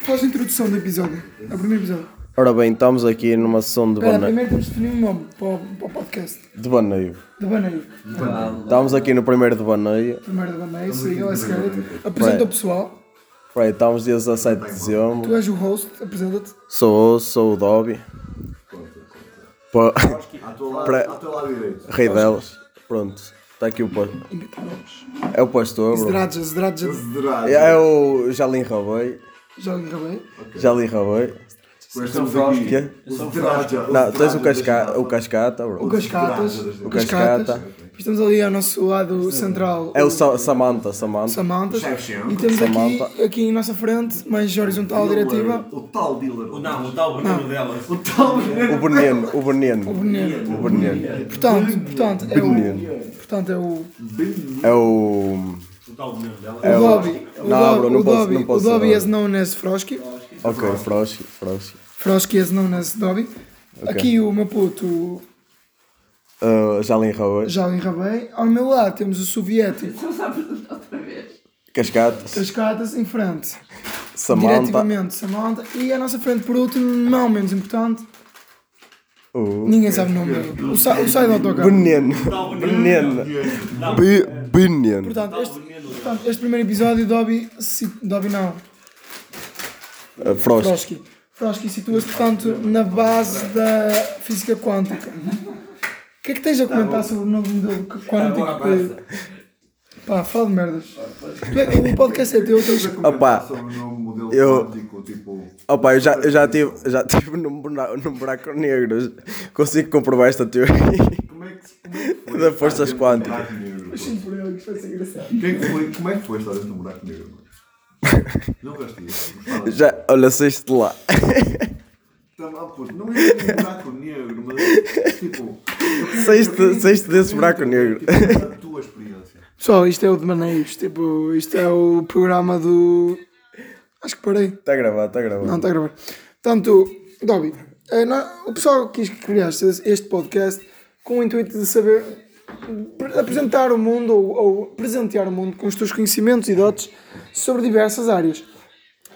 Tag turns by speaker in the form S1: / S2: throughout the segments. S1: Faz a introdução do episódio. É o primeiro episódio.
S2: Ora bem, estamos aqui numa sessão de
S1: Espera,
S2: baneio.
S1: primeiro temos de definir um nome para o, para o podcast.
S2: De baneio.
S1: Da Baneio.
S2: Estamos aqui no primeiro de baneio.
S1: Primeiro da é Baneio, siga lá, secreto. Apresenta o pessoal.
S2: Peraí, estamos dia 17 de dezembro.
S1: Tu és o host, apresenta-te.
S2: Sou eu, sou o Dobby. Pa- Pra-
S3: À tua lado direito.
S2: Rei delas. Pronto. Está aqui o pastor. É o pastor, bro.
S1: Zdradzia, Zdradzia.
S3: Zdrado.
S2: É o Jalim Rabei.
S1: Já lhe acabei.
S2: Jalim Rabei.
S3: Mas estamos aqui.
S2: Quê?
S3: O Zdrada.
S2: Não, tens um o, casca... o Cascata, bro.
S1: O Cascatas.
S3: Zdradzia.
S1: O
S2: O
S1: Cascatas.
S2: Cascata.
S1: Depois Temos ali ao nosso lado central.
S2: É o Sa Samanta, Samanta.
S1: Samanta.
S3: Shevchenko.
S1: E temos aqui,
S2: Samantha.
S1: aqui em nossa frente, mais horizontal,
S4: é
S1: diretiva,
S3: O tal dealer. é?
S5: O Não, o tal Bruno dela.
S3: O tal dealer.
S2: O Veneno, o Veneno.
S1: o veneno.
S2: é O Veneno.
S1: Portanto, portanto, é o, portanto, é o
S2: É o.
S5: O tal Bruno dela.
S2: É
S1: O
S2: o-
S1: Dobby, o
S2: Não,
S1: Dobby-
S2: bro, não
S1: o
S2: posso-
S1: Dobby-
S2: não posso
S1: o Dobby
S2: dar.
S1: is known as Frosky.
S2: Ok, Froschi, Froschi.
S1: Frosky is known as Dobby. Aqui o meu puto
S2: Uh, Jalim Rabei.
S1: já o enrabei. Ao meu lado temos o soviético
S2: Cascatas,
S1: Cascatas em frente.
S2: Samanta.
S1: Diretivamente Samantha. E à nossa frente, por último, não menos importante,
S2: O
S1: ninguém sabe o nome dele. O, sa o sai do autocarro.
S2: Veneno. Veneno. Be- Veneno.
S1: Portanto este, portanto, este primeiro episódio, Dobby, si Dobby não,
S2: Uh, Frost.
S1: Frosky. Frosky situa-se, portanto, na base da física quântica. O que é que tens a comentar sobre o novo modelo qu- quântico? que- Pá, fala de merdas. O podcast é teu, tens...
S2: Opa,
S3: Sobre o novo modelo
S2: eu-
S3: quântico, tipo.
S2: Opa, eu já, eu já tive, já tive num, buraco, num buraco negro. Consigo comprovar esta teoria
S3: Como é que se.
S2: da forças quânticas.
S3: Buraco negro.
S1: Por eu, que vai ser engraçado.
S3: Quem é que foi- Como é que foi estar dentro de um buraco negro? mano? Não gastei.
S2: Já, olha, saíste de lá.
S3: Estava puto. Não é um buraco negro, mas. Tipo.
S2: Saíste, saíste desse buraco negro.
S3: Tipo, a tua experiência.
S1: Pessoal, isto é o de Maneios, tipo, isto é o programa do... Acho que parei.
S2: Está Tá gravado, está
S1: Não, tá. está
S2: gravado.
S1: a gravar. Portanto, Dobby, eh, nó- o pessoal quis que criaste este podcast com o intuito de saber pre- apresentar o mundo ou, ou presentear o mundo com os teus conhecimentos e dotes sobre diversas áreas.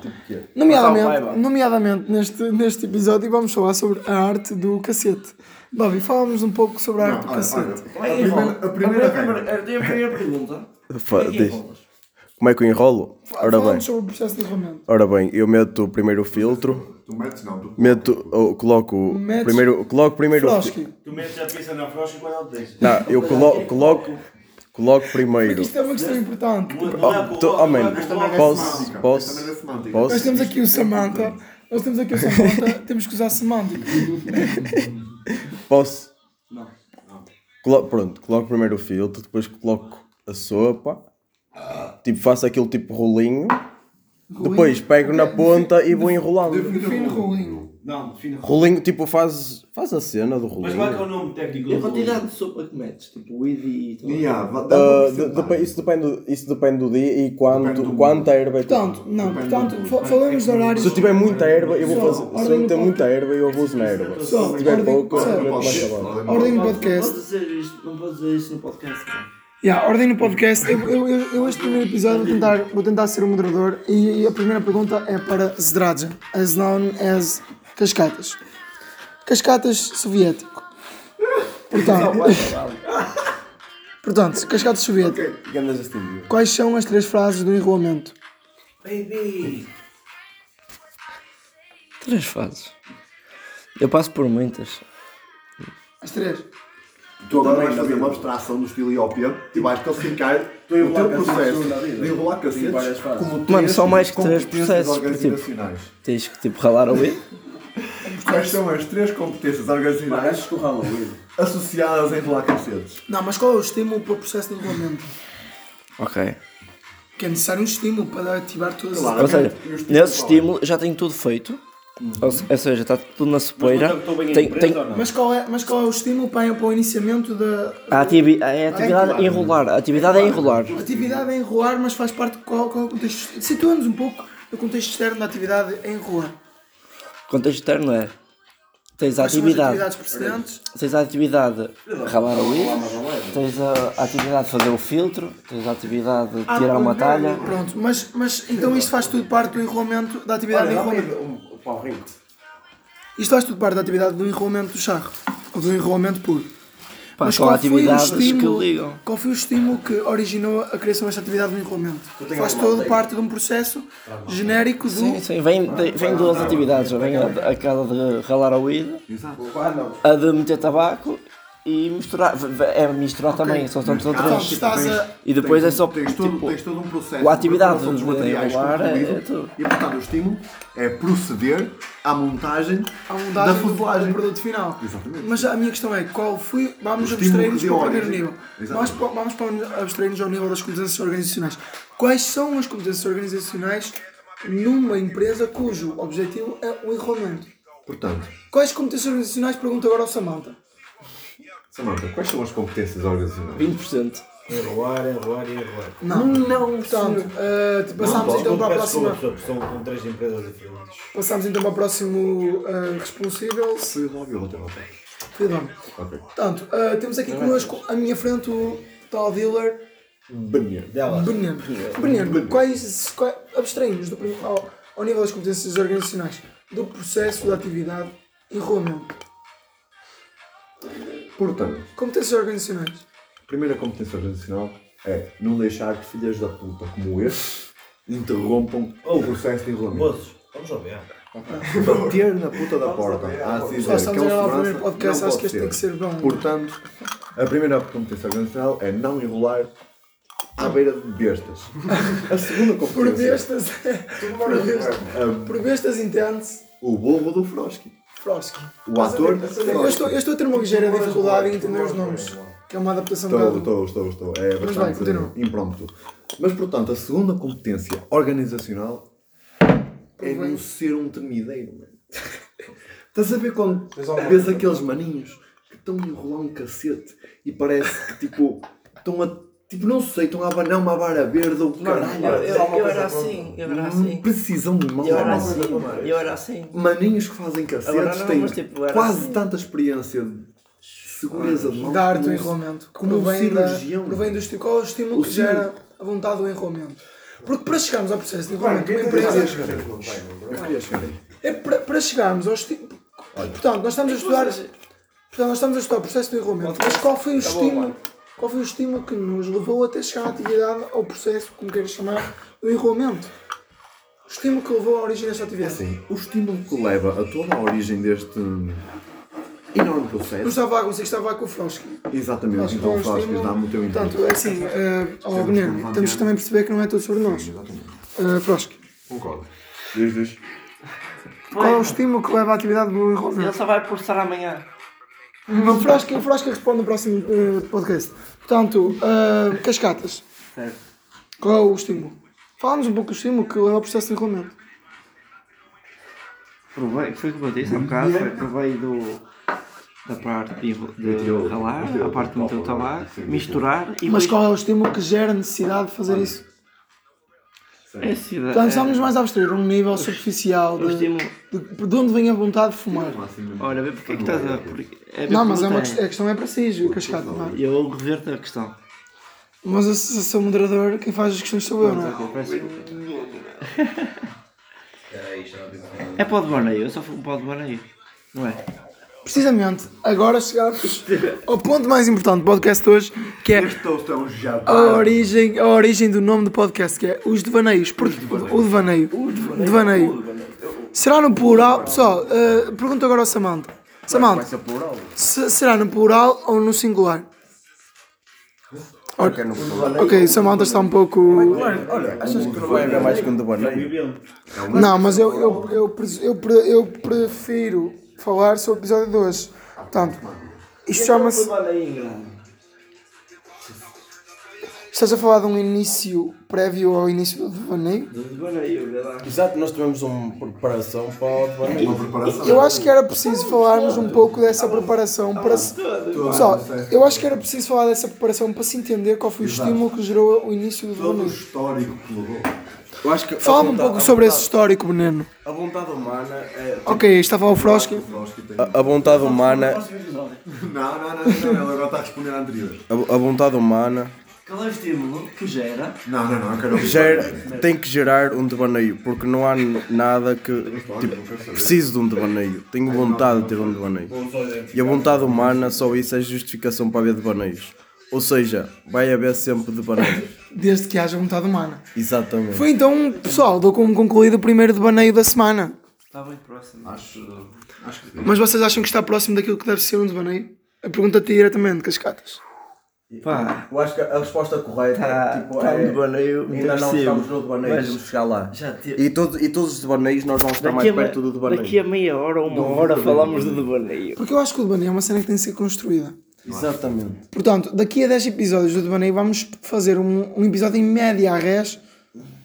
S3: Tipo
S1: Nomeadamente, nomeadamente neste, neste episódio vamos falar sobre a arte do cacete. Dobby, falamos um pouco sobre a
S3: Não,
S1: arte do
S3: olha,
S1: cacete.
S3: olha, a primeira- a primeira regra.
S5: Eu tenho a primeira pergunta.
S2: Fa-
S5: Quem é que
S2: diz.
S5: enrolas?
S2: Como é que eu enrolo? Ora
S1: falamos
S2: bem,
S1: sobre o processo de enrolamento.
S2: ora bem, eu meto primeiro o filtro.
S3: Tu metes não, tu
S2: Meto, ou coloco
S1: Metes-
S2: primeiro, coloco primeiro o filtro.
S1: Frosky,
S5: Tu metes a pizza na frocha e depois não te deixas.
S2: Não, eu colo coloco, coloco primeiro.
S1: isto é uma questão importante.
S5: é
S3: tá
S2: Oh, tu, oh, man, posso,
S3: é semântica.
S2: posso,
S3: Esta merda é semântica.
S1: Nós
S2: posso,
S1: temos aqui o Samantha. Nós temos aqui o Samantha, temos que usar semântico.
S2: posso.
S5: Não.
S2: Colo pronto, coloco primeiro o filtro, depois coloco a sopa, tipo faço aquilo tipo rolinho, depois pego na ponta e vou enrolando.
S1: Fino rolinho.
S5: Não, defina.
S2: Rolinho, tipo faz, faz a cena do
S5: Mas qual é que é o
S2: rolinho.
S5: nome técnico
S6: E a
S5: do
S6: quantidade de sopa que metes? Tipo, weed e tudo.
S3: Yeah, vá- dá
S2: Ah,
S3: uma
S2: de-
S3: porcentagem.
S2: depe- isso, depende, isso depende do dia e quanto,
S3: Depende do-
S2: quanta erva é que-
S1: Portanto, não, portanto, fa- falamos de horários.
S2: Se eu tiver muita erva, eu vou
S1: Pessoal, ordem
S2: fazer. Se eu não
S1: no
S2: ter muita
S1: podcast.
S2: erva, eu abuso na erva. Se
S1: Pessoal,
S2: eu tiver
S1: ordem-
S2: pouco,
S3: é
S1: pessoal,
S2: eu meto mais
S3: Shit,
S2: cavalo.
S3: olha,
S1: Ordem no
S6: Não podes
S1: podcast.
S6: dizer isto, não podes dizer isto no podcast. pá.
S1: Yeah, ordem no podcast. Eu, eu, eu, eu este primeiro episódio vou tentar, vou tentar ser o moderador e, e a primeira pergunta é para Zdradja, as known as Cascatas. Cascatas soviético. Portanto, portanto Cascatas soviético.
S2: Que andas assim, meu?
S1: Quais são as três frases do enrolamento?
S5: Baby!
S6: Três fases. Eu passo por muitas.
S1: As três.
S3: Tu agora vais fazer uma abstração do estilo IOP e vais classificar o teu processo de enrolar cacetes como três
S6: Mano, são mais que três
S3: competências
S6: processos, por tipo.
S3: organizacionais.
S6: Tens que, tipo, ralar o weed.
S3: Quais são as três competências organizacionais associadas a enrolar cacetes?
S1: Não, mas qual é o estímulo para o processo de enrolamento?
S6: ok.
S1: Que é necessário um estímulo para ativar todas
S3: Claro.
S6: Ou
S3: E
S6: seja,
S3: os tipos
S6: nesse
S3: de
S6: estímulo já tenho tudo feito. Ou, se- ou seja, está tudo na sopeira.
S5: Mas estou bem
S6: Tem,
S5: empresa
S6: tem,
S5: ou não?
S1: Mas qual, é, mas qual é o estímulo para, para o iniciamento da
S6: a, ativi a atividade é enrolar. A atividade é enrolar.
S1: atividade é enrolar, mas faz parte de qual, qual é o contexto? Situa-nos um pouco no contexto externo da atividade é enrolar.
S6: Contexto externo é. Tens a
S1: Quais são as
S6: atividade.
S1: atividades precedentes?
S6: Tens a atividade ralar o weed. tens a a atividade de fazer o filtro, tens a atividade de
S1: Ah,
S6: É. tirar uma
S1: pronto,
S6: talha.
S1: Pronto, mas, mas então isto faz tudo parte do enrolamento da atividade de enrolamento.
S2: um pau rente.
S1: Isto faz tudo parte da atividade do enrolamento do charro, ou do enrolamento puro.
S6: Pá,
S1: Mas
S6: são
S1: qual foi o
S6: atividades que
S1: estímulo-
S6: ligam.
S1: Qual foi o estímulo que originou a criação desta atividade do enrolamento?
S2: tenho Tá
S1: Faz
S2: alguma
S1: todo
S2: ideia.
S1: parte de um processo genérico do.
S6: Sim, sim, vem, de- vem duas atividades, já vem a, aquela de ralar a weed, a de meter tabaco e misturar, v- v- é misturar também, só são são
S1: Então,
S6: três.
S1: estás a.
S6: E depois é
S7: um-
S6: só,
S3: tens todo,
S6: tipo,
S3: tens todo um processo
S6: a
S3: de
S6: atividade
S3: preparação dos
S6: de
S3: materiais
S6: enrolar é-
S3: concluído,
S6: é tudo.
S3: e portanto o estímulo é proceder à montagem,
S1: à
S3: da
S1: montagem do, do
S3: fuselagem
S1: produto final.
S3: Exatamente.
S1: Mas a minha questão é qual foi. Vamos
S3: O estímulo
S1: abstrair-nos para o
S3: de
S1: primeiro
S3: ordem.
S1: nível. Vamos,
S3: Exatamente.
S1: para- vamos para o- abstrair-nos ao nível das competências organizacionais. Quais são as competências organizacionais numa empresa cujo objetivo é o enrolamento?
S4: Portanto,
S1: Quais competências organizacionais? Pergunto agora ao Samanta.
S4: Samanta, quais são as competências organizacionais?
S6: 20%.
S5: Enrolar, enrolar e enrolar.
S1: Não. Não, Portanto, eh, te- passamos então para a próxima.
S5: São com três empresas diferentes.
S1: Passamos então para o próximo eh, responsável.
S4: Foi o lobby ou outra volta?
S1: Perdão.
S4: Ok.
S1: Portanto, eh, temos
S3: é
S1: aqui connosco à minha frente o tal dealer
S5: Dela.
S1: Bernardo, Bernardo, quais, quais abstraímos do prim- ao, ao nível das competências organizacionais do processo da atividade e enrolamento?
S4: Portanto,
S1: Competências organizacionais.
S4: a primeira competência organizacional é não deixar que filhas da puta como este interrompam o processo de enrolamento.
S5: Moços, vamos ao BA.
S4: Bater na puta da porta. Ah, sim,
S1: Já estamos a gravar é o primeiro
S4: segurança,
S1: podcast,
S4: não
S1: acho
S4: pode
S1: que este tem que ser bom.
S4: Portanto, a primeira competência organizacional é não enrolar à beira de bestas. A segunda
S1: Por
S4: competência
S1: bestas, por bestas,
S4: Um,
S1: por bestas entende-se
S4: o burro do Frosky.
S1: Frosky.
S4: O ator
S1: Eu estou, eu estou a ter uma ligeira dificuldade em entender os nomes, que é uma adaptação um
S4: Estou,
S1: bocado-
S4: estou, estou, estou. É
S1: Mas
S4: bastante
S1: vai, continua.
S4: impromptu. Mas, portanto, a segunda competência organizacional é
S1: Provém.
S4: não ser um temideiro, mano. Estás a ver quando vês aqueles maninhos que estão a enrolar um cacete e parece que, tipo, estão a... Tipo, não sei, estão a abanar uma vara verde ou caralho.
S7: Eu, eu- eu era assim, eu era assim.
S4: Precisam de mão.
S7: Eu era
S4: mano.
S7: assim, mano, eu era assim.
S4: Maninhos que fazem cacetes
S7: não,
S4: têm
S7: mas, tipo, era
S4: quase
S7: assim.
S4: tanta experiência de segurança de mão
S1: da arte do
S4: como-
S1: enrolamento. que
S4: como um
S1: provém, da,
S4: cirurgião.
S1: provém do estímulo, qual é o estímulo
S4: O
S1: que
S4: cirurgião.
S1: gera a vontade do enrolamento. Porque para chegarmos ao processo de
S5: Mano,
S1: enrolamento de
S4: é
S5: quem
S1: uma
S5: tem três
S1: empresa,
S4: Eu queria chegar aí.
S1: é para, para chegarmos ao estímulo. Portanto, nós estamos a estudar. Portanto, nós estamos a estudar o processo de enrolamento. Mas qual foi o
S4: Tá
S1: estímulo? Qual foi o estímulo que nos levou até chegar à atividade, ao processo, como queiras chamar, do enrolamento? O estímulo que levou à origem desta atividade.
S4: Sim, o estímulo que leva a toda a origem deste enorme
S1: Não
S4: processo.
S1: estava lá consigo, estava lá com o Frosky.
S4: Exatamente,
S1: é um
S4: então faz que dá-me o teu input.
S1: Portanto, é assim, eh, ó Veneno, temos que também perceber que não é tudo sobre nós. Eh, Frosky,
S4: Concordo.
S2: Diz, diz.
S1: qual é o estímulo que leva à atividade do
S7: Ele
S1: enrolamento?
S7: só vai processar amanhã.
S1: O Frosky, o Frosky responde no próximo eh, podcast. Portanto, eh, cascatas. Qual é o estímulo? Fala-nos um pouco do estímulo que leva ao processo de enrolamento.
S7: Provei, foi como eu disse há bocado, foi, provei do, da parte de, enro- de ralar, a parte de meter o tabaco, misturar e
S1: Mas
S7: depois-
S1: qual é o estímulo que gera a necessidade de fazer isso?
S7: Essa ideia-
S1: Portanto, estamos mais a abstrair um nível superficial
S7: é eh, o
S1: de,
S7: estímulo-
S1: de, de onde vem a vontade de fumar.
S7: Olha, vê porque é que estás a. Porque, é
S1: Não, mas é uma,
S7: questão.
S1: quest- a questão é para si, cascata. não é?
S7: Eu reverto a questão.
S1: Mas eu se sou moderador, quem faz as questões sou eu, não é?
S7: É para o de Borneio, eu só fui para o de Borneio. Não é?
S1: Precisamente, agora chegámos ao ponto mais importante do podcast de hoje, que é
S3: Este toast é um jabá.
S1: a origem, a origem do nome do podcast, que é os devaneios. Por, o devaneio. Devaneio. Será no plural? Pessoal, eh, pergunto agora ao Samanta. Samanta, se- será no plural ou no singular?
S2: Porque não foi.
S1: Ok, o Samanta está um pouco.
S2: Olha, achas que não vai haver mais que um debaneio?
S1: Não, mas eu, eu, eu, pres- eu, pre- eu prefiro falar sobre o episódio de hoje. Portanto, isto chama-se. Estás a falar de um início prévio ao início do devaneio?
S2: Exato, nós tivemos uma preparação para o debaneio.
S3: Uma preparação.
S1: Eu acho que era preciso falarmos um pouco dessa preparação para se. Pessoal, eu acho que era preciso falar dessa preparação para se entender qual foi o estímulo que gerou o início do
S3: Todo o
S1: devaneio.
S3: histórico que levou.
S2: Eu acho que a
S1: Fala-me um
S2: vontade-
S1: pouco
S2: a
S1: sobre esse
S2: vontade-
S1: histórico, Veneno.
S2: A vontade humana é.
S1: Ok, estava o Frosky.
S3: Nós que temos.
S2: A, a vontade humana
S3: Não, não, não, não, não, ele agora está a responder à anterior.
S2: A, a vontade humana
S7: Qual é o estímulo que gera?
S3: Não, não, não, eu quero ouvir.
S2: gera- tem que gerar um devaneio, porque não há n- nada que. Tipo, preciso de um devaneio, tenho vontade de ter um devaneio. E a vontade humana, só isso é justificação para haver devaneios. Ou seja, vai haver sempre devaneios.
S1: Desde que haja vontade humana.
S2: Exatamente.
S1: Foi então, pessoal, dou como concluído o primeiro debaneio da semana.
S7: Está bem próximo. Acho.
S1: Mas vocês acham que está próximo daquilo que deve ser um debaneio? A pergunta te diretamente, Cascatas.
S7: Pá,
S2: Eu acho que a resposta correta
S7: Tá-
S2: tipo,
S7: tá
S2: é,
S7: um devaneio
S2: ainda não
S7: intensivo.
S2: estamos no devaneio,
S7: Mas-
S2: vamos chegar lá.
S7: já te...
S2: E, todo, e todos os devaneios nós vamos estar
S6: Daqui a,
S2: mais
S6: me-
S2: perto do devaneio.
S6: daqui a meia hora ou uma hora falamos do devaneio.
S1: Porque eu acho que o debaneio é uma cena que tem de ser construída.
S2: Exatamente.
S1: Portanto, daqui a 10 episódios do debaneio vamos fazer um, um episódio em média à res.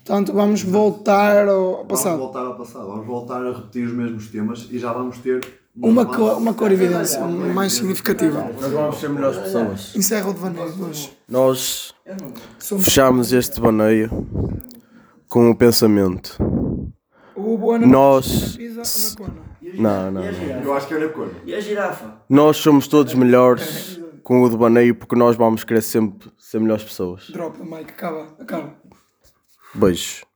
S1: Portanto, vamos voltar ao ao
S3: Vamos
S1: passado.
S3: voltar ao passado, vamos voltar a repetir os mesmos temas e já vamos ter
S1: Uma,
S3: base.
S1: co- uma cor-evidência assim, mais significativa.
S2: Nós vamos ser melhores pessoas.
S1: Encerra o devaneio de hoje.
S2: Nós
S1: Somos-
S2: fechamos este devaneio com o pensamento.
S1: O Boana
S2: Nós.
S1: pisa na cona.
S2: Não, não, não.
S3: Eu acho que era cor.
S7: E a girafa?
S2: Nós somos todos melhores com o devaneio porque nós vamos querer sempre ser melhores pessoas.
S1: Dropa, Mike, acaba, acaba.
S2: Beijos.